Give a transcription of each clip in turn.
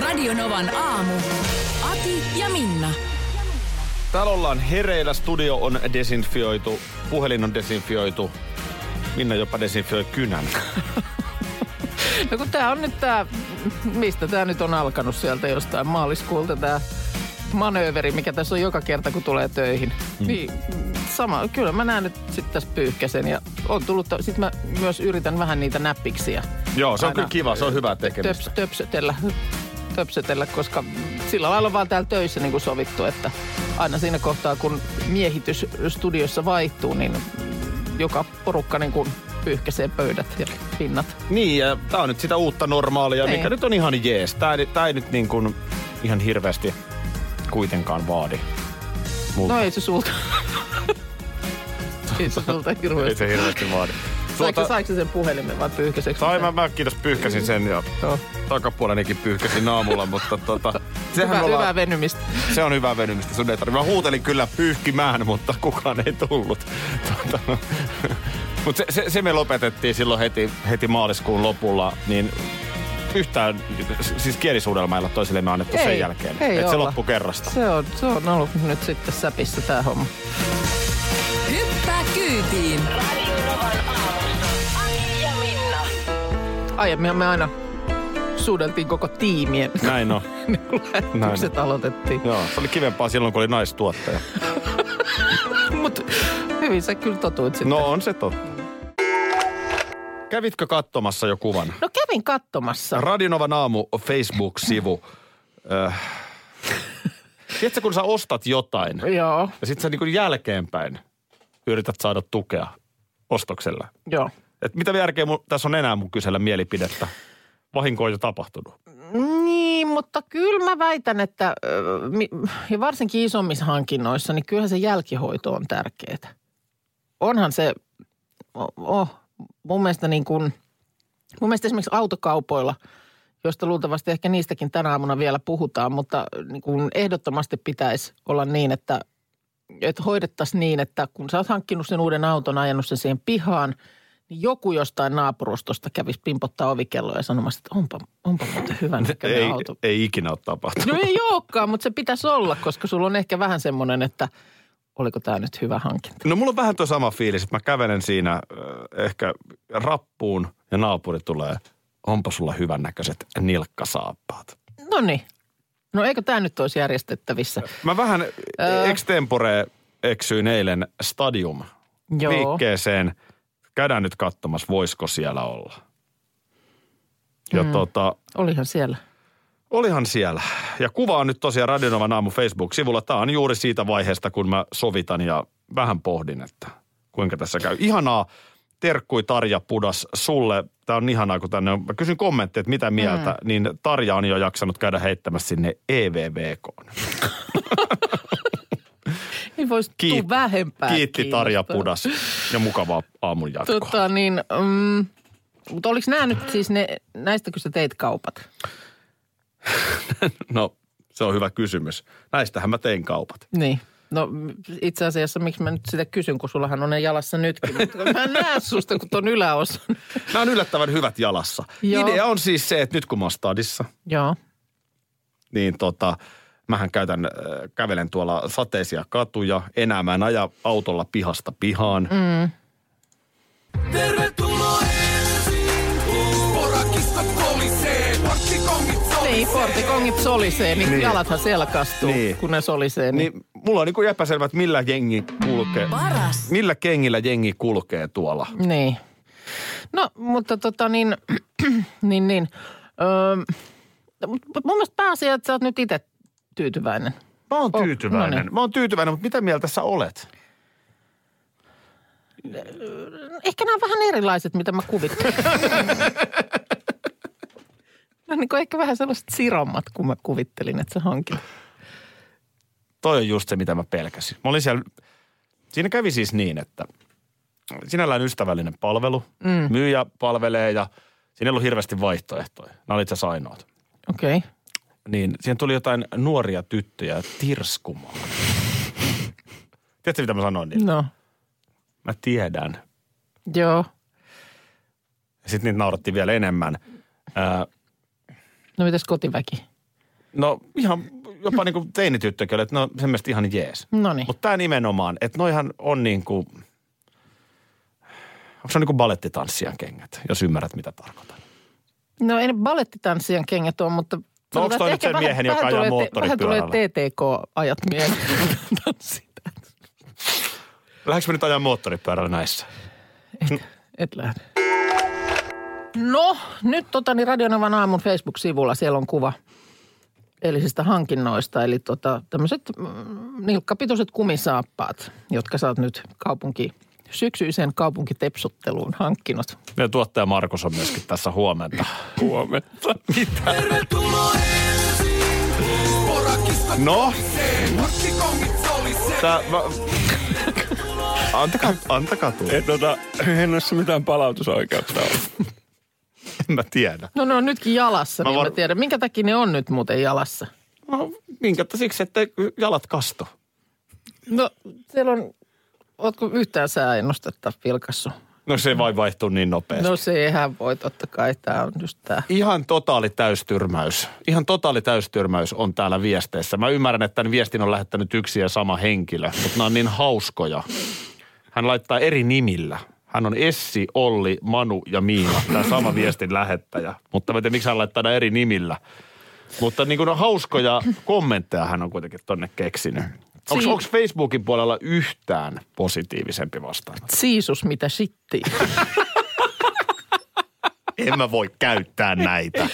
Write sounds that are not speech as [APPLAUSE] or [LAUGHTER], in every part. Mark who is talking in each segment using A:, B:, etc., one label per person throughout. A: Radionovan aamu. Ati ja Minna.
B: Täällä ollaan hereillä, studio on desinfioitu, puhelin on desinfioitu. Minna jopa desinfioi kynän.
C: No kun tää on nyt tää, mistä tää nyt on alkanut sieltä jostain maaliskuulta tää manööveri, mikä tässä on joka kerta kun tulee töihin. Mm. Niin sama, kyllä mä näen nyt sitten tässä pyyhkäsen ja on tullut, sitten mä myös yritän vähän niitä näppiksiä
B: Joo, se on
C: Aina.
B: kyllä kiva, se on hyvää tekemistä.
C: töps, töpsötellä, töpsötellä, koska sillä lailla on vaan täällä töissä niin kuin sovittu, että aina siinä kohtaa kun miehitys studiossa vaihtuu, niin joka porukka niin kuin pyyhkäisee pöydät ja pinnat.
B: Niin, ja tää on nyt sitä uutta normaalia,
C: Niin.
B: mikä nyt on ihan jees. Tää, ei- tää ei nyt niin kuin ihan hirveästi kuitenkaan vaadi. Multa.
C: No ei se sulta. ei se sulta
B: ei
C: hirveästi.
B: se hirveästi vaadi.
C: Saiko, saiko se sen puhelimen vai pyyhkäiseksi?
B: Sai mä, mä kiitos pyyhkäsin sen ja
C: Joo.
B: takapuolenikin pyyhkäsin aamulla, mutta tota, sehän
C: Hyvä,
B: ollaan,
C: hyvää venymistä.
B: se on hyvä venymistä, sun ei tarvitse. Mä huutelin kyllä pyyhkimään, mutta kukaan ei tullut. [LAUGHS] Tota, mutta se, se, se, me lopetettiin silloin heti, heti maaliskuun lopulla, niin yhtään, siis kielisuudelmailla toisille me annettu sen
C: Ei,
B: jälkeen.
C: ei
B: Et se
C: olla.
B: loppu kerrasta.
C: Se on, se on ollut nyt sitten säpissä tää homma.
A: Hyppää kyytiin.
C: Aiemmin me aina suudeltiin koko tiimien,
B: Näin on.
C: kun lähetykset aloitettiin.
B: Joo, se oli kivempaa silloin, kun oli naistuottaja.
C: Mutta hyvin sä kyllä totuit sitten.
B: No on se totta. Kävitkö katsomassa jo kuvan?
C: no kävin katsomassa.
B: Radinovan aamu Facebook-sivu. Äh. Tiedätkö, kun sä ostat jotain
C: Joo,
B: ja sit sä niin jälkeenpäin yrität saada tukea ostoksella.
C: joo.
B: Et mitä järkeä mun, tässä on enää mun kysellä mielipidettä? Vahinko on jo tapahtunut.
C: Niin, mutta kyllä mä väitän, että ö, mi- ja varsinkin isommissa hankinnoissa, niin kyllähän se jälkihoito on tärkeää. Onhan se, o- oh, mun mielestä niin kuin, mun mielestä esimerkiksi autokaupoilla, josta luultavasti ehkä niistäkin tänä aamuna vielä puhutaan, mutta niin kuin ehdottomasti pitäisi olla niin, että, että hoidettaisiin niin, että kun sä oot hankkinut sen uuden auton, ajanut sen siihen pihaan, niin joku jostain naapurustosta kävisi pimpottaa ovikelloa ja sanomassa, että onpa, onpa muuten hyvän
B: Ei,
C: näköinen auto.
B: ei ikinä ole tapahtunut.
C: No ei olekaan, mutta se pitäisi olla, koska sulla on ehkä vähän semmoinen, että oliko tämä nyt hyvä hankinta.
B: No mulla on vähän tuo sama fiilis, että mä kävelen siinä äh, ehkä rappuun ja naapuri tulee. Onpa sulla hyvännäköiset nilkkasaappaat.
C: No niin. No eikö tämä nyt olisi järjestettävissä?
B: Mä vähän
C: Öö.
B: extempore eksyin eilen stadium
C: Joo.
B: liikkeeseen. Käydään nyt katsomassa, voisiko siellä olla. Ja
C: Mm.
B: tota,
C: Olihan siellä.
B: olihan siellä. Ja kuva on nyt tosiaan Radionovan aamu Facebook-sivulla. Tämä on juuri siitä vaiheesta, kun mä sovitan ja vähän pohdin, että kuinka tässä käy. Ihanaa, terkkui Tarja Pudas sulle. Tämä on ihanaa, kun tänne on. Mä kysyn kommentteja, että mitä mieltä, mm. niin Tarja on jo jaksanut käydä heittämässä sinne E EVVK.
C: Ei voisi
B: Kiit-
C: Niin tuu vähempää
B: Kiitti Tarja
C: kiinnostaa.
B: Pudas ja mukavaa aamun jatkoa.
C: Tota niin, mm, mutta oliko nämä nyt siis ne, näistäkö sä teit kaupat?
B: No, se on hyvä kysymys. Näistähän mä tein kaupat.
C: Niin. No mm, itse asiassa miksi mä nyt sitä kysyn, kun sullahan on ne jalassa nytkin, mutta mä en näe susta, kun ton yläosa.
B: Nämä on yllättävän hyvät jalassa.
C: Joo.
B: Idea on siis se, että nyt kun mä oon stadissa,
C: Joo.
B: niin tota, mähän käytän, äh, kävelen tuolla sateisia katuja. Enää mä en aja autolla pihasta pihaan. Mm.
D: Tervetuloa ensin, porakista kolisee, porttikongit solisee.
C: Niin, portikongit solisee, niin,
B: Niin.
C: niin. jalathan selkastuu,
B: Niin.
C: niin. kun ne solisee. Niin.
B: Niin mulla on niinku epäselvä, että millä jengi kulkee.
A: Paras.
B: Millä kengillä jengi kulkee tuolla?
C: Niin. niin. No, mutta tota niin, [CLEARS THROAT] niin, niin. Öö, mut mun mielestä pääasia, että sä oot nyt itse tyytyväinen.
B: Mä oon
C: Oh,
B: tyytyväinen.
C: no niin.
B: Mä oon tyytyväinen, mutta mitä mieltä sä olet? [LAUGHS]
C: Ehkä nämä on vähän erilaiset, mitä mä kuvittelin. No niin kuin ehkä vähän sellaiset sirommat, kun mä kuvittelin, että sä hankit.
B: toi on just se, mitä mä pelkäsin. Mä olin siellä, siinä kävi siis niin, että sinällään ystävällinen palvelu. Mm. Myyjä palvelee ja siinä ei ollut hirveästi vaihtoehtoja. Nämä oli itse asiassa ainoat.
C: Okei. Okay.
B: Niin siihen tuli jotain nuoria tyttöjä tirskumaan. Tiedätkö, mitä mä sanoin niille?
C: No,
B: Mä tiedän.
C: joo.
B: Sitten niitä nauratti vielä enemmän. Ää,
C: No mitäs kotiväki?
B: No ihan jopa niin kuin teinityttökin oli, että no sen mielestä ihan jees.
C: Noniin.
B: Mutta tämä nimenomaan, että noihan on niin kuin, onko se niin kuin balettitanssijan kengät, jos ymmärrät mitä tarkoitan.
C: No ei ne balettitanssijan kengät ole, mutta... sanotaan,
B: onks toi
C: että
B: nyt
C: ehkä
B: sen miehen, joka ajaa
C: tulee te- Vähän tulee
B: moottoripyörällä?
C: TTK-ajat mieleen. Tanssi-
B: Lähdekö me nyt ajaa moottoripyörällä näissä?
C: Et lähde. No, nyt tota, niin Radionavan aamun Facebook-sivulla siellä on kuva eilisistä hankinnoista. Eli tota, tämmöiset mm, nilkkapitoiset kumisaappaat, jotka sä oot nyt kaupunki, syksyiseen kaupunkitepsutteluun hankkinut.
B: Ja tuottaja Markus on myöskin tässä huomenta. huomenta. Mitä?
D: Tervetuloa Helsinkiin. Sporakista
B: No,
D: kolisee, parkkikongit solisee.
B: tää, mä... Antakaa, antakaa tulla.
E: Ei, tota, en ole mitään palautusoikeutta ollut.
B: En mä tiedä.
C: No ne on nytkin jalassa,
B: Mä
C: mä niin
B: var-
C: mä tiedän. Minkä takia ne on nyt muuten jalassa?
B: No, minkä siksi, että jalat kasto.
C: No, siellä on, ootko yhtään sääennustetta vilkassu?
B: No se vain vaihtuu niin nopeasti.
C: No se eihän voi, totta kai tämä on just tämä.
B: Ihan totaali täystyrmäys. Ihan totaali täystyrmäys on täällä viesteissä. Mä ymmärrän, että tämän viestin on lähettänyt yksi ja sama henkilö, mutta nämä on niin hauskoja. Hän laittaa eri nimillä. Hän on Essi, Olli, Manu ja Miina, tämä sama viestin lähettäjä. Mutta mä en tiedä, miksi hän laittaa nämä eri nimillä. Mutta niin kuin on hauskoja kommentteja hän on kuitenkin tonne keksinyt.
C: Siin-
B: Onko Facebookin puolella yhtään positiivisempi vastaan?
C: Siisus, mitä sittiin.
B: En mä voi käyttää näitä.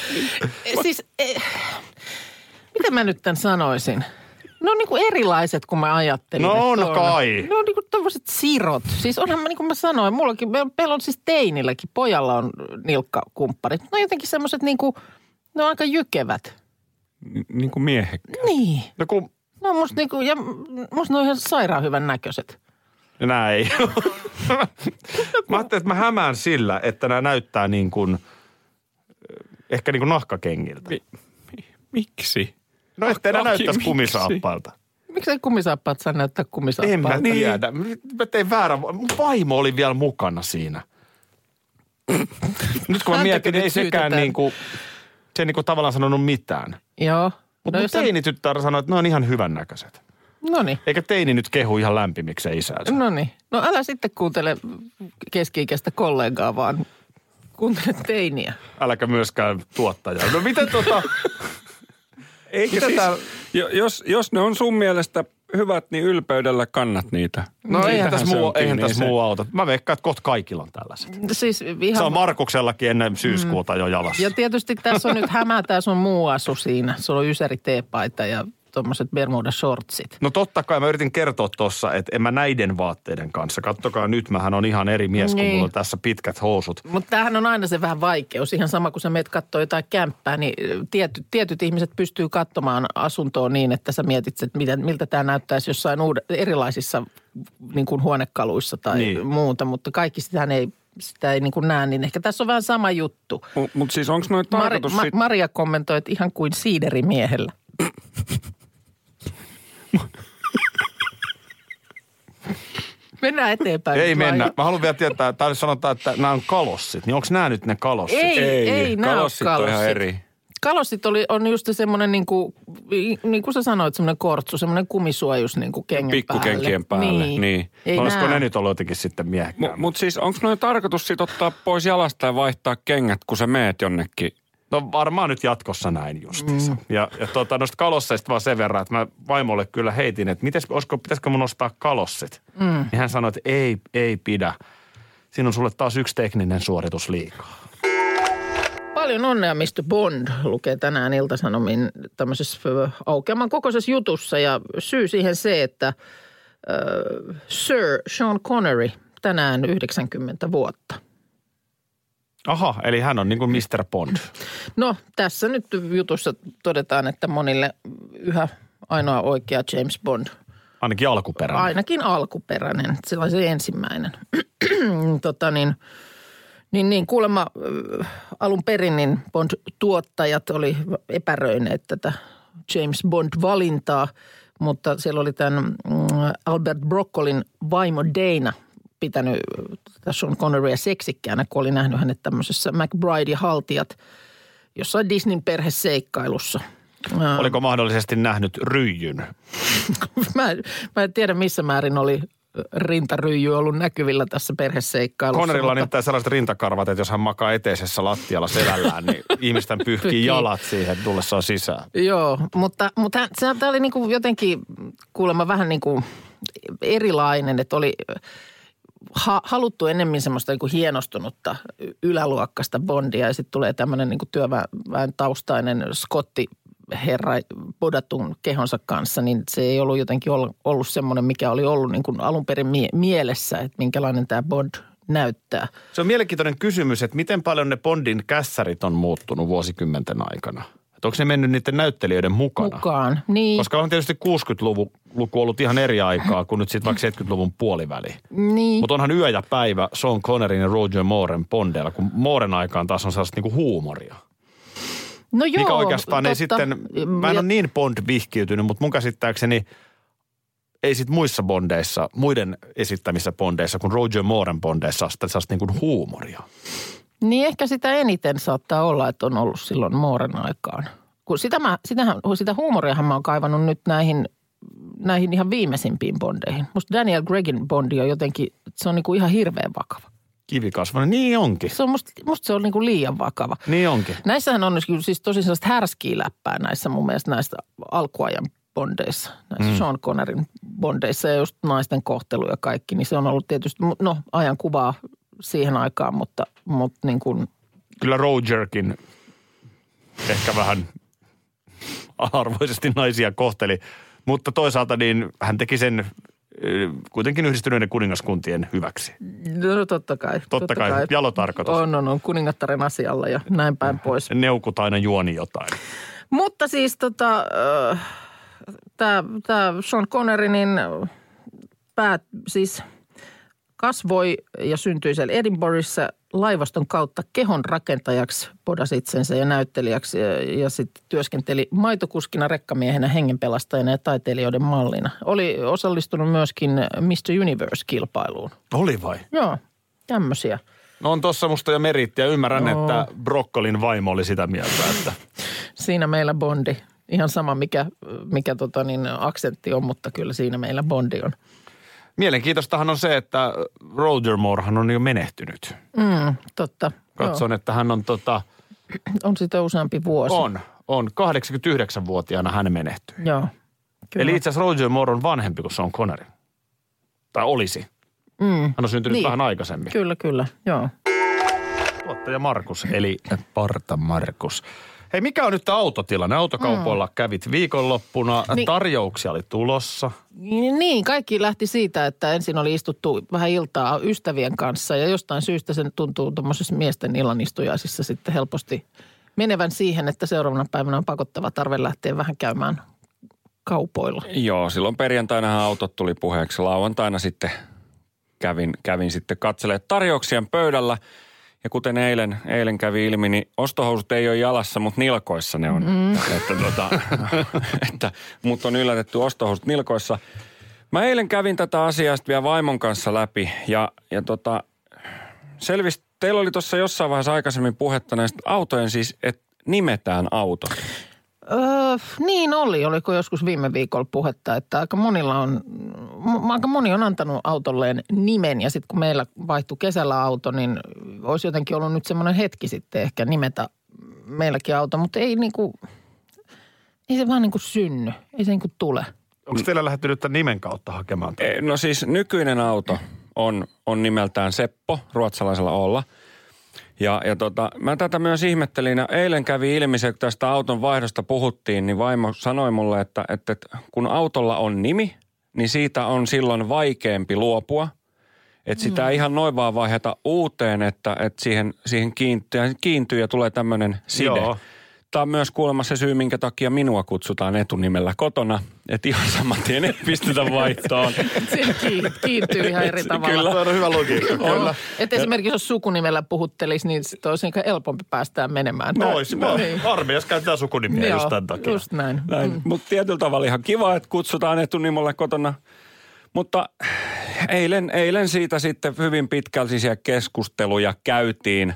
C: Eh, siis, eh, mitä mä nyt tämän sanoisin? Ne on niinku erilaiset kuin mä ajattelin.
B: No
C: että
B: on
C: on.
B: kai.
C: Ne on niinku tommoset sirot. Siis onhan mä, niin kuin mä sanoin, mullakin, meillä meillä on siis teinilläkin, pojalla on nilkkakumppanit. Ne on jotenkin semmoset niinku, ne on aika jykevät.
E: Niin
B: Niinku
E: kuin miehekkä.
C: Niin.
B: No kun
C: No musta niinku, ja musta ne on ihan sairaan hyvän näköiset.
B: Nämä ei [LAUGHS] Mä ajattelin, että mä hämään sillä, että nämä näyttää niin kuin, ehkä niin kuin nahkakengiltä.
E: Miksi?
B: No ettei nämä
E: Nahkaki,
B: näyttäisi
E: miksi?
B: kumisaappaalta.
C: Miksi ei kumisaappaat saa näyttää
B: En mä
C: kumisaappaat?
B: tiedä. Mä tein väärän. Mun vaimo oli vielä mukana
C: [COUGHS]
B: siinä. Nyt kun mä
C: Häntäkö
B: mietin,
C: nyt
B: ei sekään
C: syytetään?
B: niin kuin, se ei niin kuin tavallaan sanonut mitään.
C: Joo.
B: Mutta no,
C: jos No niin. sä-
B: teinityttär sanoi, että ne on ihan hyvännäköiset.
C: Noniin.
B: Eikä teini nyt kehu ihan lämpimikseen isäänsä.
C: No niin. No älä sitten kuuntele keski-ikäistä kollegaa, vaan kuuntele teiniä.
B: Äläkä myöskään tuottajaa. No miten tota...
C: [COUGHS]
E: Eikä
B: Mitä
E: siis,
B: tää-
E: jo, jos, jos ne on sun mielestä hyvät, niin ylpeydellä kannat niitä.
C: Niin,
B: No eihän
E: Siitähän se
B: tässä muu,
E: on
B: eihän
E: kiinni,
B: tässä
E: ei
B: muu auta. Mä veikkaan, että kohta kaikilla on tällaiset.
C: Siis
B: Se
C: ihan...
B: on Markuksellakin ennen syyskuuta jo jalassa.
C: Ja tietysti tässä on nyt hämää, tämä sun muu asu siinä. Sulla on ysäri teepaita ja tuommoiset Bermuda shortsit.
B: No totta kai mä yritin kertoa tuossa, että en mä näiden vaatteiden kanssa. Kattokaa nyt, mähän on ihan eri mies, kun
C: Niin.
B: mulla on tässä pitkät housut.
C: Mutta tämähän on aina se vähän vaikeus. Ihan sama, kun sä meet katsoo jotain kämppää, niin tietyt, tietyt ihmiset pystyy katsomaan asuntoa niin, että sä mietit, että mitä, miltä tämä näyttäisi jossain uud- erilaisissa niin kuin huonekaluissa tai
B: Niin.
C: niin. muuta. Mutta kaikki sitähän ei, sitä ei niin kuin näe, niin ehkä tässä on vähän sama juttu.
E: Mu- Mut siis onko noin
C: Mari,
E: tarkoitus
C: Ma,
E: sit...
C: Maria kommentoi, että ihan kuin siiderimiehellä. Mennään eteenpäin.
B: Ei
C: Mä-
B: mennä. Mä haluan vielä tietää, täällä sanotaan, että nämä on kalossit. Niin onko nämä nyt ne kalossit?
C: Ei, ei, ei nää
E: kalossit
C: ole
E: on
C: kalossit.
E: ihan eri.
C: Kalossit oli, on just semmoinen, niin kuin, niin kuin sä sanoit, semmoinen kortsu, semmoinen kumisuojus niin kuin kengän
E: Pikkukenkien päälle, niin.
C: Ei
B: Olisiko
C: nää.
B: ne nyt ollut jotenkin sitten
E: Mutta
B: miehekkäämpiä?
E: mut siis onko noin tarkoitus sit ottaa pois jalasta ja vaihtaa kengät, kun sä meet jonnekin?
B: No varmaan nyt jatkossa näin justiinsa. Mm. Ja, ja tuota, noista kalosseista vaan sen verran, että mä vaimolle kyllä heitin, että mites, olisiko, pitäisikö mun ostaa kalossit? Mm. Niin hän sanoi, että ei, ei pidä. Siinä on sulle taas yksi tekninen suoritus liikaa.
C: Paljon onnea, Mr. Bond, lukee tänään Iltasanomin tämmöisessä ö, aukeaman kokoisessa jutussa. Ja syy siihen se, että äh, Sir Sean Connery tänään 90 vuotta.
B: Aha, eli hän on niin kuin Mr. Bond.
C: No tässä nyt jutussa todetaan, että monille yhä ainoa oikea James Bond.
B: Ainakin alkuperäinen.
C: Ainakin alkuperäinen, se on se ensimmäinen. [CLEARS THROAT] tota niin, niin, niin kuulemma äh, alun perin niin Bond-tuottajat oli epäröineet tätä James Bond-valintaa, mutta siellä oli tämän mm, Albert Broccolin vaimo Dana pitänyt äh, tätä Sean Conneria seksikkäänä, kun oli nähnyt hänet tämmöisessä McBride haltijat jossain Disneyn perheseikkailussa. Äh,
B: Oliko mahdollisesti nähnyt ryijyn?
C: mä, en- mä en tiedä missä määrin oli rintaryijy ollut näkyvillä tässä perheseikkailussa.
B: Connerilla on
C: mutta-
B: nimittäin sellaiset rintakarvat, että jos hän makaa eteisessä lattialla selällään, niin ihmisten pyyhkii
C: Pyyhkii.
B: jalat siihen tullessaan sisään.
C: Joo, mutta, mutta tämä oli niinku jotenkin kuulemma vähän niinku erilainen, että oli ha, haluttu enemmän semmoista niinku hienostunutta yläluokkasta bondia ja sitten tulee tämmöinen niinku työväen taustainen skotti herra podatun kehonsa kanssa, niin se ei ollut jotenkin ol- ollut semmoinen, mikä oli ollut niin kuin alun perin mie- mielessä, että minkälainen tämä Bond näyttää.
B: Se on mielenkiintoinen kysymys, että miten paljon ne Bondin kässärit on muuttunut vuosikymmenten aikana? Että onko ne mennyt niiden näyttelijöiden mukana?
C: Mukaan. Niin.
B: Koska on tietysti 60-luku ollut ihan eri aikaa kuin nyt sitten vaikka 70-luvun puoliväli.
C: niin.
B: Mutta onhan yö ja päivä Sean Connerin ja Roger Mooren Bondeilla, kun Mooren aikaan taas on sellaista niinku huumoria.
C: No joo,
B: mikä oikeastaan ei
C: totta.
B: sitten, mä en
C: Ja-
B: ole niin Bond-vihkiytynyt, mutta mun käsittääkseni ei sit muissa bondeissa, muiden esittämissä bondeissa kuin Roger Mooren bondeissa on sitä sellaista niin kuin huumoria.
C: Niin ehkä sitä eniten saattaa olla, että on ollut silloin Mooren aikaan. Kun sitä, mä, sitähän, sitä huumoriahan mä oon kaivannut nyt näihin, näihin ihan viimeisimpiin bondeihin. Musta Daniel Gregin bondi on jotenkin, se on niinku ihan hirveän vakava.
B: Kivikasvainen, niin onkin,
C: Se on musta, musta se on niinku liian vakava.
B: niin onkin.
C: Näissähän on kyllä siis tosi sellaista härskiä läppää näissä mun mielestä näistä alkuajan bondeissa, näissä mm. Sean Connerin bondeissa ja just naisten kohtelu ja kaikki, niin se on ollut tietysti, no ajan kuvaa siihen aikaan, mutta, mutta niin kuin –
B: Kyllä Rogerkin ehkä vähän arvoisesti naisia kohteli, mutta toisaalta niin hän teki sen ö, kuitenkin yhdistyneiden kuningaskuntien hyväksi.
C: No, no totta kai. Totta,
B: kai, jalotarkoitus.
C: On, on, on kuningattaren asialla ja näin päin pois.
B: Neukut aina juoni jotain.
C: Mutta siis tota, tämä Sean Connery, niin äh, päät, siis kasvoi ja syntyi siellä Edinburghissa laivaston kautta kehon rakentajaksi, podasi itsensä ja näyttelijäksi ja, ja sitten työskenteli maitokuskina, rekkamiehenä, hengenpelastajana ja taiteilijoiden mallina. Oli osallistunut myöskin Mr. Universe-kilpailuun.
B: Oli vai?
C: Joo, tämmöisiä.
B: No on tossa musta jo merittiä. Ymmärrän, no. että Brokkolin vaimo oli sitä mieltä, että
C: Siinä meillä bondi. Ihan sama, mikä, mikä tota niin, aksentti on, mutta kyllä siinä meillä bondi on.
B: Mielenkiintoistahan on se, että Roger Moorehan on jo menehtynyt.
C: Mm, totta.
B: Katson, että hän on tota,
C: Joo. On sitä useampi vuosi.
B: on, on 89-vuotiaana hän menehtyi.
C: Joo. Kyllä.
B: Eli itse asiassa Roger Moore on vanhempi kuin Sean Connery. Tai olisi.
C: mm,
B: Hän on syntynyt niin.
C: Niin.
B: vähän aikaisemmin.
C: kyllä, kyllä. Joo.
B: Tuottaja Markus, eli Parta Markus. Hei, mikä on nyt tämä autotilanne? Autokaupoilla mm. kävit viikonloppuna, niin.
C: Niin.
B: tarjouksia oli tulossa.
C: Niin, niin, kaikki lähti siitä, että ensin oli istuttu vähän iltaa ystävien kanssa ja jostain syystä sen tuntuu tuommoisessa miesten illanistujaisissa sitten helposti menevän siihen, että seuraavana päivänä on pakottava tarve lähteä vähän käymään kaupoilla.
E: Joo, silloin perjantainahan autot tuli puheeksi. Lauantaina sitten kävin, kävin sitten katselee tarjouksien pöydällä. Ja kuten eilen, eilen kävi ilmi, niin ostohousut ei ole jalassa, mutta nilkoissa ne on. Mm. Että, tota, [LAUGHS] että mut on yllätetty ostohousut nilkoissa. Mä eilen kävin tätä asiaa sitten vielä vaimon kanssa läpi ja, ja tota, selvisi, teillä oli tuossa jossain vaiheessa aikaisemmin puhetta näistä autojen siis, että nimetään autot.
C: Öö, niin oli. Oliko joskus viime viikolla puhetta, että aika monilla on, m- aika moni on antanut autolleen nimen ja sitten kun meillä vaihtui kesällä auto, niin olisi jotenkin ollut nyt semmoinen hetki sitten ehkä nimetä meilläkin auto, mutta ei niinku, ei se vaan niinku synny, ei se niinku tule.
B: Onko teillä lähtenyt tämän nimen kautta hakemaan?
E: Eh, No siis nykyinen auto on, on nimeltään Seppo, ruotsalaisella olla. Ja, ja tota, mä tätä myös ihmettelin ja eilen kävi ilmi se, kun tästä auton vaihdosta puhuttiin, niin vaimo sanoi mulle, että, että, että kun autolla on nimi, niin siitä on silloin vaikeampi luopua. Että sitä ei ihan noin vaan vaiheta uuteen, että, että siihen, siihen kiintyy, kiintyy ja tulee tämmöinen side.
B: Joo.
E: Joo. Tämä on myös kuulemma se syy, minkä takia minua kutsutaan etunimellä kotona. Että ihan saman tien ei pistetä vaihtoon.
C: Se kiin- kiintyy ihan eri tavalla.
E: Kyllä.
B: Tuo on hyvä [LAUGHS] logiikka, kyllä.
C: Et esimerkiksi jos sukunimellä puhuttelisi, niin sit olisi niinku helpompi päästää menemään.
B: No olisi vaan.
C: Niin.
B: Armeijassa käytetään sukunimiä
C: Joo,
B: just tämän takia.
C: Just näin.
E: Näin. Mm. Mutta tietyllä tavalla ihan kiva, että kutsutaan etunimolle kotona. Mutta eilen, eilen siitä sitten hyvin pitkällisiä keskusteluja käytiin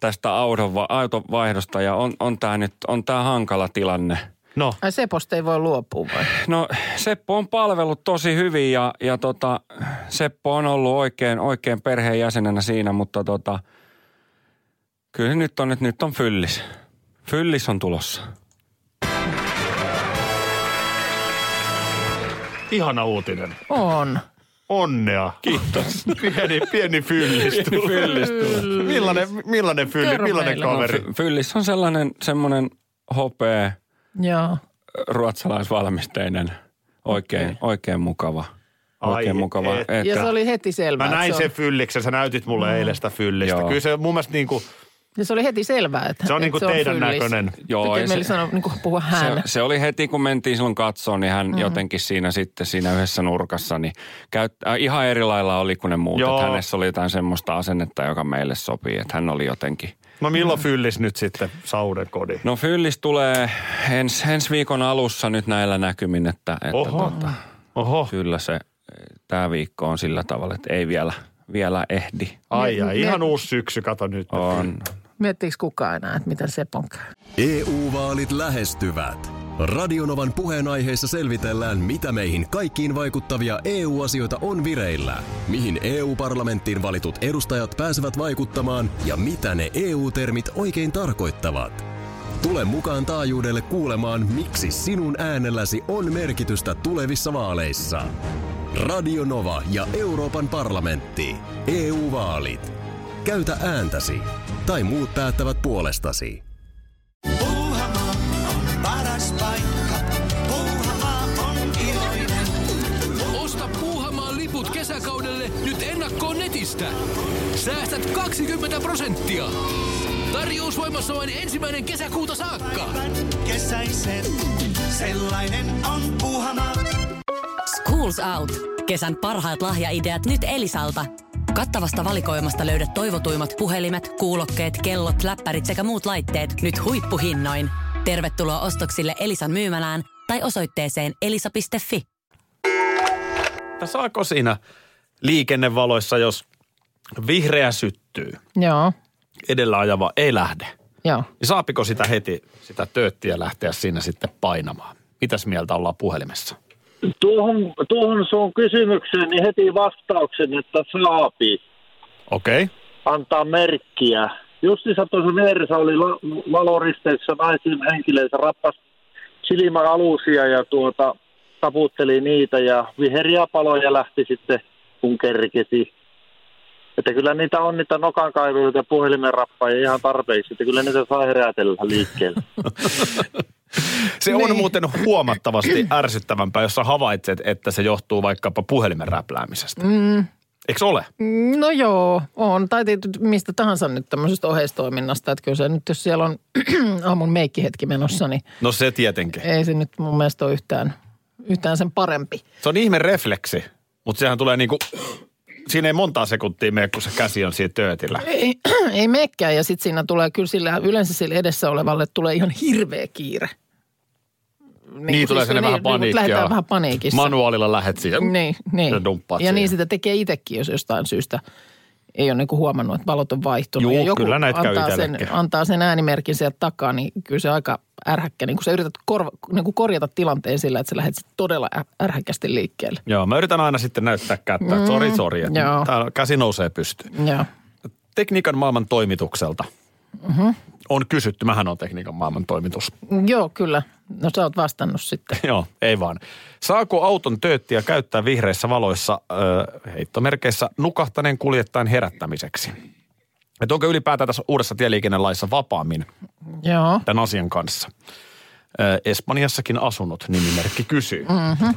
E: tästä auton va- autovaihdosta ja on, on tämä nyt, on tää hankala tilanne.
B: No,
C: Ai Seposta ei voi luopua vai?
E: No Seppo on palvellut tosi hyvin ja, ja tota, Seppo on ollut oikein, oikein perheenjäsenenä siinä, mutta tota, kyllä se nyt on, nyt, nyt on fyllis. Fyllis on tulossa.
B: ihana uutinen.
C: On.
B: Onnea. Kiitos. pieni, pieni fyllistys. millainen, millainen fylli,
C: Kerro
B: millainen
C: meille.
B: kaveri?
E: Fy- Fyllis on sellainen semmoinen hopea
C: Joo.
E: ruotsalaisvalmisteinen, oikein, oikein mukava.
B: Ai
E: Oikein mukava.
B: et.
C: Ja se oli heti selvää.
B: Mä
C: että
B: näin
C: se
B: sen
C: on,
B: fylliksen, sä näytit mulle eilen sitä fyllistä.
E: Joo.
B: Kyllä se mun mielestä niin kuin,
C: ja se oli heti selvää, että
B: se on
C: että
B: niin kuin teidän
C: fyllis.
B: näköinen.
E: Joo, ei
C: Tekee
E: se,
C: mieli sanoa, niin puhua hän.
E: se, se oli heti, kun mentiin silloin katsoon, niin
C: Mm-hmm.
E: hän mm. jotenkin siinä sitten siinä yhdessä nurkassa, niin käyt, äh, ihan eri lailla oli kuin ne muut.
B: Joo.
E: Että hänessä oli jotain semmoista asennetta, joka meille sopii, että hän oli jotenkin.
B: No milloin fyllis nyt sitten Sauden kodin?
E: No Fyllis tulee ens, ensi viikon alussa nyt näillä näkymin, että, että
B: Oho.
E: tota,
B: Oho,
E: kyllä se tämä viikko on sillä tavalla, että ei vielä, vielä ehdi.
B: ai
C: Me-
B: ai, ihan
C: me-
B: uusi syksy, kato nyt.
E: On.
C: Miettiikö kukaan enää, että miten Sepon käy?
F: EU-vaalit E lähestyvät. Radionovan puheenaiheessa selvitellään, mitä meihin kaikkiin vaikuttavia EU-asioita on vireillä, mihin EU-parlamenttiin valitut edustajat pääsevät vaikuttamaan ja mitä ne EU-termit oikein tarkoittavat. Tule mukaan taajuudelle kuulemaan, miksi sinun äänelläsi on merkitystä tulevissa vaaleissa. Radio Nova ja Euroopan parlamentti. EU-vaalit. Käytä ääntäsi. Tai muut päättävät puolestasi.
D: Puuhamaa on paras paikka. Puuhamaa on iloinen.
G: Osta Puuhamaan liput kesäkaudelle nyt ennakkoon netistä. Säästät 20 prosenttia. Tarjous voimassa vain ensimmäinen kesäkuuta saakka.
D: Kesäisen. Sellainen on Puuhamaa.
H: Schools Out. Kesän parhaat lahjaideat nyt Elisalta. Kattavasta valikoimasta löydät toivotuimmat puhelimet, kuulokkeet, kellot, läppärit sekä muut laitteet nyt huippuhinnoin. Tervetuloa ostoksille Elisan myymälään tai osoitteeseen elisa.fi.
B: Että saako siinä liikennevaloissa, jos vihreä syttyy,
C: Joo.
B: edellä ajava ei lähde?
C: Joo.
B: Niin saapiko sitä heti, sitä tööttiä lähteä siinä sitten painamaan? Mitäs mieltä ollaan puhelimessa?
I: Tuohon, tuohon sun kysymykseen niin heti vastauksen, että saapi
B: Okei. Okay.
I: antaa merkkiä. Justiinsa tuossa vieressä oli la- valoristeissä naisen henkilöitä rappas silmäalusia ja tuota, taputteli niitä ja viheriä paloja lähti sitten kun kerkesi. Että kyllä niitä on niitä nokankaivuja ja puhelimen rappaajia ihan tarpeeksi, että kyllä niitä saa herätellä liikkeelle.
B: Se on muuten huomattavasti ärsyttävämpää, jos sä havaitset, että se johtuu vaikkapa puhelimen räpläämisestä. Mm. Eikö ole?
C: Mm, No joo, on. Tai tietysti mistä tahansa nyt tämmöisestä oheistoiminnasta. Että kyllä se nyt, jos siellä on [CLEARS THROAT] aamun meikkihetki menossa, niin
B: No se tietenkin.
C: ei se nyt mun mielestä ole yhtään, yhtään sen parempi.
B: Se on ihme refleksi, mutta sehän tulee niinku... Siinä ei montaa sekuntia mene, kun se käsi on siinä töötillä.
C: Ei, [CLEARS THROAT] ei mekkään ja sitten siinä tulee kyllä sillä, yleensä sillä edessä olevalle tulee ihan hirveä kiire. Niin,
B: Niin, tulee sinne vähän
C: kun
B: paniikkia.
C: lähdetään vähän paniikissa.
B: Manuaalilla lähet siihen.
C: Niin, niin.
B: Ja dumppaat
C: ja niin
B: siihen.
C: sitä tekee itsekin, jos jostain syystä ei ole niinku huomannut, että valot on vaihtunut.
B: Juu,
C: ja joku
B: kyllä näitä käy
C: antaa sen,
B: itsellekin.
C: antaa sen äänimerkin sieltä takaa, niin kyllä se aika ärhäkkä. Niin kun sä yrität korva, niin kun korjata tilanteen sillä, että sä lähdet sit todella ä- ärhäkkästi liikkeelle.
B: Joo, mä yritän aina sitten näyttää kättä, että sori, sori, että
C: joo.
B: täällä käsi nousee pystyyn.
C: Joo.
B: Tekniikan maailman toimitukselta mm-hmm. on kysytty, mähän on tekniikan maailman toimitus.
C: Joo, kyllä. No sä oot vastannut sitten.
B: [LAUGHS] Joo, ei vaan. Saako auton tööttiä käyttää vihreissä valoissa ö, heittomerkeissä nukahtaneen kuljettajan herättämiseksi? Että onko ylipäätään tässä uudessa tieliikennelaissa vapaammin
C: Joo.
B: tämän asian kanssa? Ö, Espanjassakin asunut nimimerkki kysyy. Mm-hmm.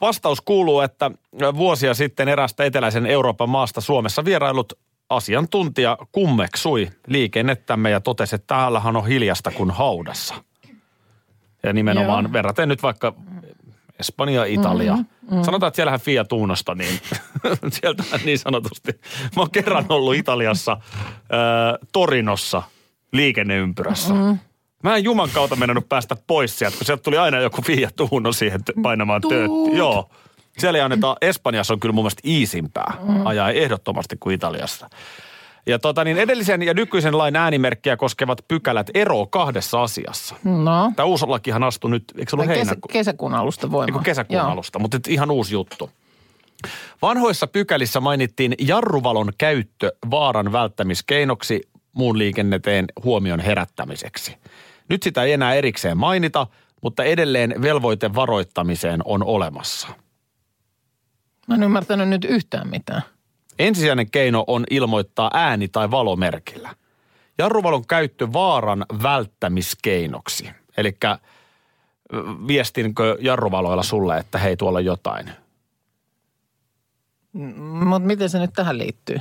B: Vastaus kuuluu, että vuosia sitten erästä eteläisen Euroopan maasta Suomessa vierailut asiantuntija kummeksui liikennettämme ja totesi, että täällähän on hiljasta kuin haudassa. Ja nimenomaan Joo.
C: Joo.
B: verraten nyt vaikka Espanja, Italia. Mm-hmm, mm-hmm. Sanotaan, että siellähän Fiat Unosta, niin [LAUGHS] sieltä niin sanotusti. Mä oon kerran ollut Italiassa äh, Torinossa liikenneympyrässä. Mm-hmm. Mä en juman kautta mennyt päästä pois sieltä, kun sieltä tuli aina joku Fiat Uno siihen tö- painamaan töötti. Joo. Siellä ei anneta, Espanjassa on kyllä mun mielestä iisimpää ajaa ehdottomasti kuin Italiassa. Ja tota, niin edellisen ja nykyisen lain äänimerkkiä koskevat pykälät eroavat kahdessa asiassa.
C: No.
B: Tämä uusi lakihan astui nyt, eikö se ollut
C: Kesä,
B: heinäkuun?
C: kesäkuun alusta voimaan.
B: Niin kuin kesäkuun
C: Joo.
B: alusta, mutta et ihan uusi juttu. Vanhoissa pykälissä mainittiin jarruvalon käyttö vaaran välttämiskeinoksi muun liikenneteen huomion herättämiseksi. Nyt sitä ei enää erikseen mainita, mutta edelleen velvoite varoittamiseen on olemassa.
C: Mä en ymmärtänyt nyt yhtään mitään.
B: Ensisijainen keino on ilmoittaa ääni- tai valomerkillä. Jarruvalon käyttö vaaran välttämiskeinoksi. Eli viestinkö jarruvaloilla sulle, että hei tuolla on jotain?
C: Mutta miten se nyt tähän liittyy?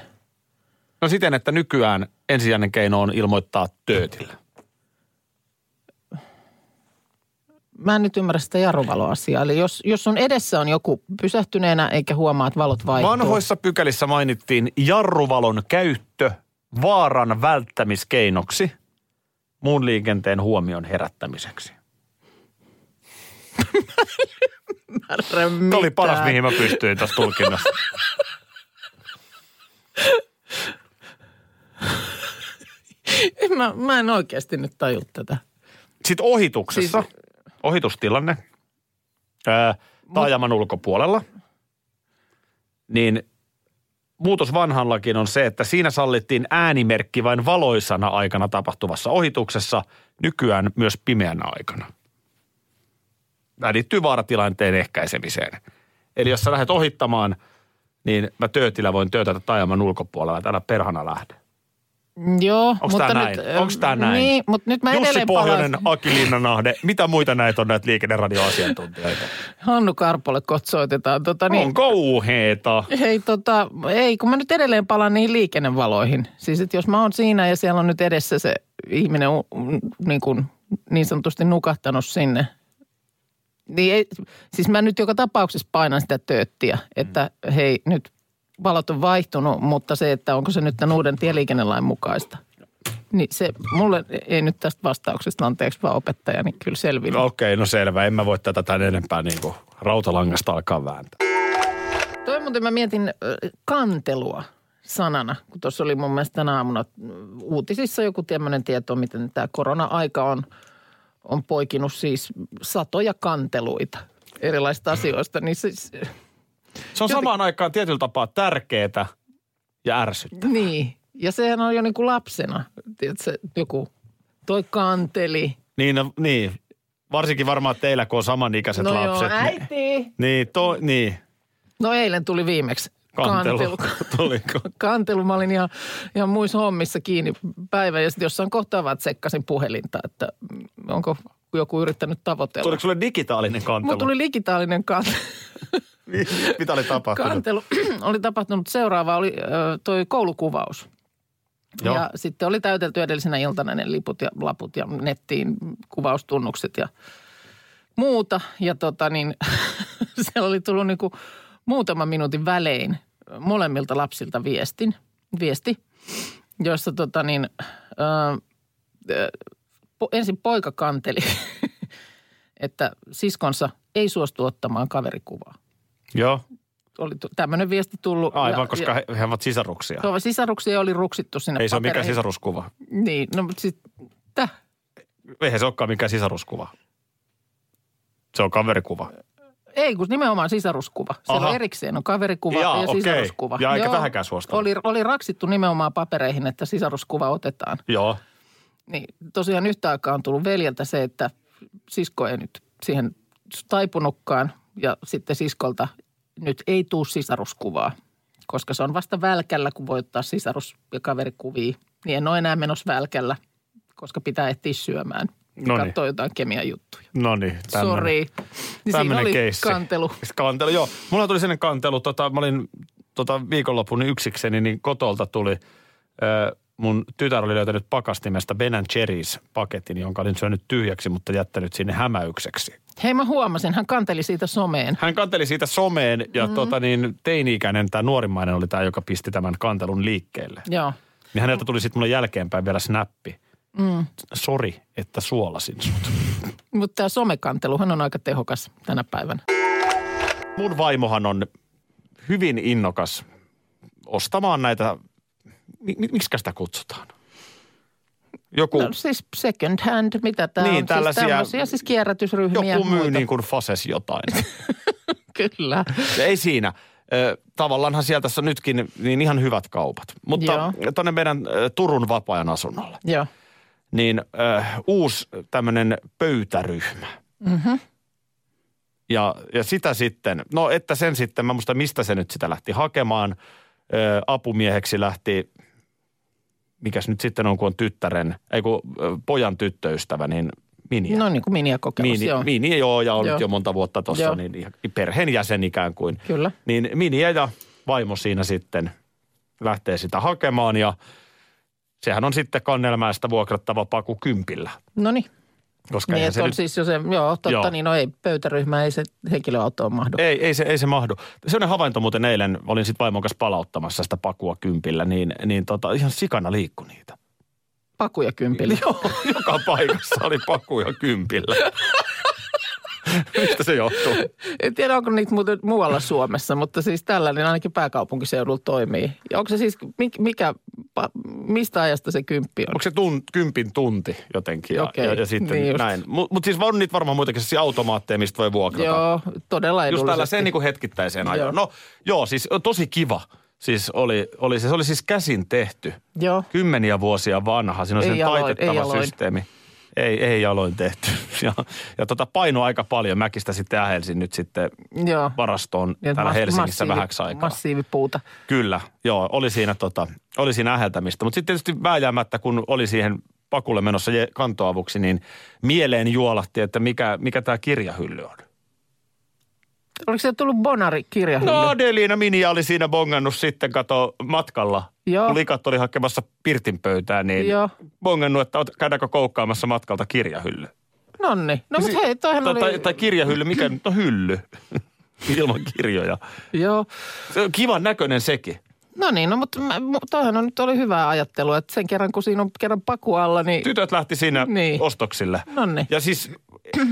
B: No siten, että nykyään ensisijainen keino on ilmoittaa töötillä.
C: Mä en nyt ymmärrä sitä jarruvaloasiaa. Eli jos, jos sun edessä on joku pysähtyneenä eikä huomaa, että valot vaihtuu. [LAUGHS]
B: Vanhoissa pykälissä mainittiin jarruvalon käyttö vaaran välttämiskeinoksi muun liikenteen huomion herättämiseksi.
C: Herra
B: Tämä oli
C: mitään.
B: paras, mihin mä pystyin tässä tulkinnassa.
C: Mä, mä en oikeasti nyt taju tätä.
B: Sitten ohituksessa, siis... ohitustilanne, ää, taajaman ulkopuolella, niin muutos vanhanlakin on se, että siinä sallittiin äänimerkki vain valoisana aikana tapahtuvassa ohituksessa, nykyään myös pimeänä aikana. Tämä liittyy vaaratilanteen ehkäisemiseen. Eli jos sä lähdet ohittamaan, niin mä töötillä voin töötätä taajaman ulkopuolella, että älä perhana lähde.
C: Joo,
B: Onks
C: mutta
B: tää
C: nyt...
B: näin? Onks tää näin?
C: Niin, mutta nyt mä
B: Jussi
C: edelleen
B: Pohjonen,
C: palaan.
B: Aki Linnanahde, mitä muita näitä on näitä liikenneradioasiantuntijoita?
C: Hannu Karpolle kohta soitetaan. Tota,
B: Niin.
C: [LAUGHS] niin,
B: On kauheeta.
C: Hei tota, ei kun mä nyt edelleen palaan niihin liikennevaloihin. Siis että jos mä oon siinä ja siellä on nyt edessä se ihminen u- u- niin, kuin, niin sanotusti nukahtanut sinne. Niin ei, siis mä nyt joka tapauksessa painan sitä tööttiä, että mm. hei nyt valot on vaihtunut, mutta se, että onko se nyt tämän uuden tieliikennelain mukaista. Niin se, mulle ei nyt tästä vastauksesta, anteeksi vaan opettaja, niin kyllä selville.
B: No Okei, okay, no selvä. En mä voi tätä tämän enempää niin kuin rautalangasta alkaa vääntää.
C: Toi muuten mä mietin ö, kantelua sanana, kun tuossa oli mun mielestä tänä aamuna ö, uutisissa joku tämmöinen tieto, miten tämä korona-aika on, on poikinut siis satoja kanteluita erilaisista asioista. Niin siis,
B: Se on samaan aikaan tietyllä tapaa tärkeetä ja ärsyttävää.
C: niin. Ja sehän on jo niin kuin lapsena, tiedätkö, joku toi kanteli.
B: Niin, no, niin. Varsinkin varmaan teillä, kun on samanikäiset
C: no
B: lapset.
C: joo, äiti.
B: Niin, to, niin.
C: No eilen tuli
B: [LAUGHS]
C: viimeksi
B: Kantelu.
C: kantelu.
B: Tuliko?
C: kantelu. Mä olin ihan, ihan muissa hommissa kiinni päivä ja sitten jossain kohtaa vaan tsekkasin puhelinta, että onko joku yrittänyt tavoitella.
B: Tuliko sulle digitaalinen kantelu?
C: Mulla tuli digitaalinen kantelu.
B: Mitä oli tapahtunut?
C: kantelu. [CLEARS THROAT] oli tapahtunut. Seuraava oli ö, toi koulukuvaus.
B: Joo.
C: Ja sitten oli täytelty edellisenä iltana ne liput ja laput ja nettiin kuvaustunnukset ja muuta. Ja tota niin, [LAUGHS] siellä oli tullut niinku muutaman minuutin välein molemmilta lapsilta viestin, viesti, jossa tota niin, ö, ö, po, ensin poika kanteli, [LAUGHS] että siskonsa ei suostu ottamaan kaverikuvaa.
B: Joo,
C: Oli tämmöinen viesti tullut.
B: aivan,
C: ja-
B: koska he, he ovat sisaruksia.
C: Tuo sisaruksia oli ruksittu sinne
B: Ei se ole mikään
C: papereihin.
B: sisaruskuva.
C: Niin, no mutta sitten,
B: Eihän se olekaan mikään sisaruskuva. Se on kaverikuva.
C: ei kun nimenomaan sisaruskuva. Siellä
B: Aha.
C: on erikseen on kaverikuva
B: Jaa,
C: Jaa, ja
B: okei.
C: sisaruskuva.
B: Ja eikä tähänkään suostunut.
C: Oli, oli raksittu nimenomaan papereihin, että sisaruskuva otetaan.
B: Joo.
C: Niin tosiaan yhtä aikaa on tullut veljeltä se, että sisko ei nyt siihen taipunutkaan. Ja sitten siskolta nyt ei tuu sisaruskuvaa, koska se on vasta välkällä, kun voi ottaa sisarus- ja kaverikuvia. Niin en ole enää menossa välkällä, koska pitää ehtiä syömään.
B: No niin.
C: katsoi jotain kemian juttuja.
B: No niin,
C: Sori. Niin siinä
B: tämmönen
C: oli
B: keissi.
C: kantelu.
B: Siis Kantelu, joo. Mulla tuli sellainen kantelu, tota, mä olin tota, viikonlopun yksikseni, niin kotolta tuli, ö, mun tytär oli löytänyt pakastimesta Ben Jerry's paketin, jonka olin syönyt tyhjäksi, mutta jättänyt sinne hämäykseksi.
C: Hei mä huomasin, hän kanteli siitä someen.
B: Hän kanteli siitä someen ja mm. tota, niin, teini-ikäinen, tämä nuorimmainen oli tämä, joka pisti tämän kantelun liikkeelle.
C: Joo.
B: Niin häneltä tuli sitten mulle jälkeenpäin vielä snappi. Mm. Sori, että suolasin sut.
C: Mutta tämä somekanteluhan on aika tehokas tänä päivänä.
B: Mun vaimohan on hyvin innokas ostamaan näitä, mi- mi- miksi sitä kutsutaan? Joku,
C: No, siis second hand, mitä tämä
B: Niin,
C: on?
B: tällaisia-
C: Siis tämmöisiä siis kierrätysryhmiä.
B: joku myy
C: muita.
B: niin kuin fases jotain. [LAUGHS]
C: Kyllä.
B: Ja ei siinä. Ö, Tavallaanhan sieltä tässä on nytkin niin ihan hyvät kaupat. Mutta tuonne meidän ö, Turun vapaa-ajan asunnolle,
C: Joo.
B: niin ö, uusi tämmöinen pöytäryhmä. Mm-hmm. Ja, ja sitä sitten, no että sen sitten, mä muista mistä se nyt sitä lähti hakemaan. Ö, apumieheksi lähti, mikäs nyt sitten on, kun on tyttären, ei kun ö, pojan tyttöystävä, niin Minja.
C: No niin kuin miniakokemus,
B: Mini,
C: joo.
B: Mini, joo, ja ollut
C: Joo.
B: jo monta vuotta tuossa,
C: Joo.
B: niin ihan perheenjäsen ikään kuin.
C: Kyllä.
B: Niin Mini ja vaimo siinä sitten lähtee sitä hakemaan ja sehän on sitten Kannelmäestä vuokrattava paku kympillä.
C: No niin.
B: Koska
C: Niin,
B: eihän
C: että
B: se
C: on
B: nyt,
C: siis jo se, joo, totta
B: Joo.
C: niin, no ei, pöytäryhmä, ei se henkilöauto on mahdollista.
B: ei, ei, se, ei se mahdu. Sellainen havainto muuten eilen, olin sitten vaimon kanssa palauttamassa sitä pakua kympillä, niin, niin tota, ihan sikana liikkui niitä. [LAUGHS]
C: Pakuja kympillä.
B: Joo, joka paikassa oli pakuja kympillä. [LAUGHS] Mistä se johtuu?
C: En tiedä, onko niitä muuten muualla Suomessa, mutta siis tällainen ainakin pääkaupunkiseudulla toimii. Ja onko se siis, mi- mikä, pa- mistä ajasta se kymppi on?
B: Onko se tun, kympin tunti jotenkin ja,
C: Okei,
B: ja, ja sitten
C: niin
B: niin
C: just.
B: näin. Mutta mut siis on niitä varmaan muitakin sellaisia automaatteja, mistä voi vuokrata.
C: Joo, todella
B: Just
C: edullisesti.
B: tällaiseen niin kuin hetkittäiseen
C: Joo.
B: ajoon. No joo, siis tosi kiva. Siis oli, oli, se, se oli siis käsin tehty.
C: Joo.
B: Kymmeniä vuosia vanha. Siinä on
C: Ei
B: sen
C: jaloin, ei
B: taitettava
C: jaloin.
B: systeemi. Ei, ei jaloin tehty. [LAUGHS] Ja, ja tota paino aika paljon. Mäkin sitä sitten ähelsin nyt sitten
C: Joo.
B: varastoon
C: Niin, että
B: täällä
C: mas-
B: Helsingissä
C: massiivi-
B: vähäksi aikaa.
C: Massiivipuuta.
B: Kyllä, joo, oli siinä, tota, oli siinä äheltämistä. Mutta sitten tietysti vääjäämättä, kun oli siihen pakulle menossa je- kantoavuksi, niin mieleen juolahti, että mikä, mikä tämä kirjahylly on.
C: Oliko se tullut Bonari kirjahylly?
B: No Adelina Minia oli siinä bongannut sitten, kato matkalla.
C: Joo.
B: Kun likat oli hakemassa pirtin pöytään, niin
C: Joo.
B: bongannut, että ot- käydäänkö koukkaamassa matkalta kirjahylly.
C: Nonni. No mutta
B: Si-
C: hei, toihan
B: tai,
C: oli...
B: tota, tai, tai kirjahylly, mikä nyt on hylly [LAUGHS] ilman kirjoja.
C: Joo.
B: Se on Kivan näköinen sekin.
C: No niin, no mutta mä- mu- toihan on nyt oli hyvää ajattelua, että sen kerran kun siinä on kerran paku alla, niin...
B: tytöt lähti siinä niin.
C: Niin.
B: ostoksille.
C: Nonni.
B: Ja siis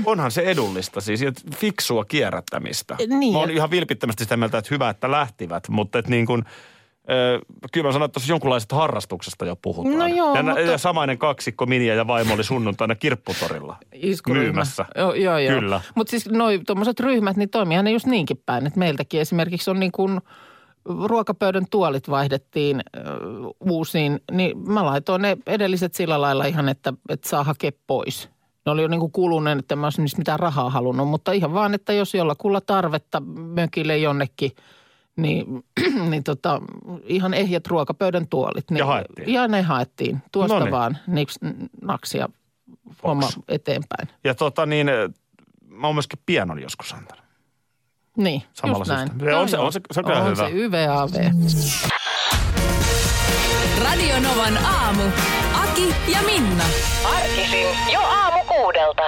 B: onhan se edullista siis, että fiksua kierrättämistä.
C: E, niin.
B: Mä oon ihan vilpittömästi sitä mieltä, että hyvä, että lähtivät, mutta et niin kuin, ö, kyllä mä sanon, että tuossa jonkunlaisesta harrastuksesta jo puhutaan.
C: No joo,
B: ja, nä-
C: mutta-
B: ja samainen kaksikko Minia ja vaimo oli sunnuntaina kirpputorilla.
C: Iskuryhmä.
B: Myymässä.
C: Joo, joo, joo.
B: Kyllä.
C: Mutta siis noi tuommoiset ryhmät, niin toimihan ne just niinkin päin. Että meiltäkin esimerkiksi on niin kuin ruokapöydän tuolit vaihdettiin ö, uusiin, niin mä laitoin ne edelliset sillä lailla ihan, että, että saa hakea pois. Ne oli jo niin kuin kuluneen, että mä olisin niistä mitään rahaa halunnut, mutta ihan vaan, että jos jollakulla tarvetta mökille jonnekin, niin, [CLEARS THROAT] niin tota, ihan ehjät ruokapöydän tuolit. Niin,
B: Ja haettiin.
C: Ja ne haettiin. Tuosta
B: Noniin.
C: vaan niks, naksia homma eteenpäin.
B: Ja tota niin, ö, mä oon myöskin pianon joskus antanut.
C: Niin,
B: Samalla
C: just näin.
B: systeemillä. On se-
C: joo.
B: on se- se on kyllä
C: on
B: hyvä.
C: se YVAV.
A: Radio Novan aamu. Aki ja Minna.
J: Arkisin jo aamu kuudelta.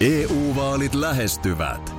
F: EU-vaalit E lähestyvät.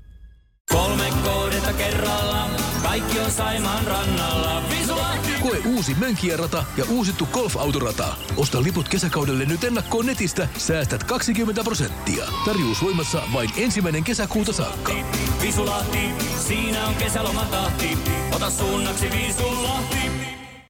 D: Kolme kohdetta kerralla, kaikki on Saimaan rannalla.
G: Koe uusi Mönkijärata ja uusittu golfautorata. Osta liput kesäkaudelle nyt ennakkoon netistä. Säästät 20 prosenttia. Tarjous voimassa vain ensimmäinen kesäkuuta saakka.
D: Visulahti, siinä on kesälomatahti. Ota suunnaksi Visulahti.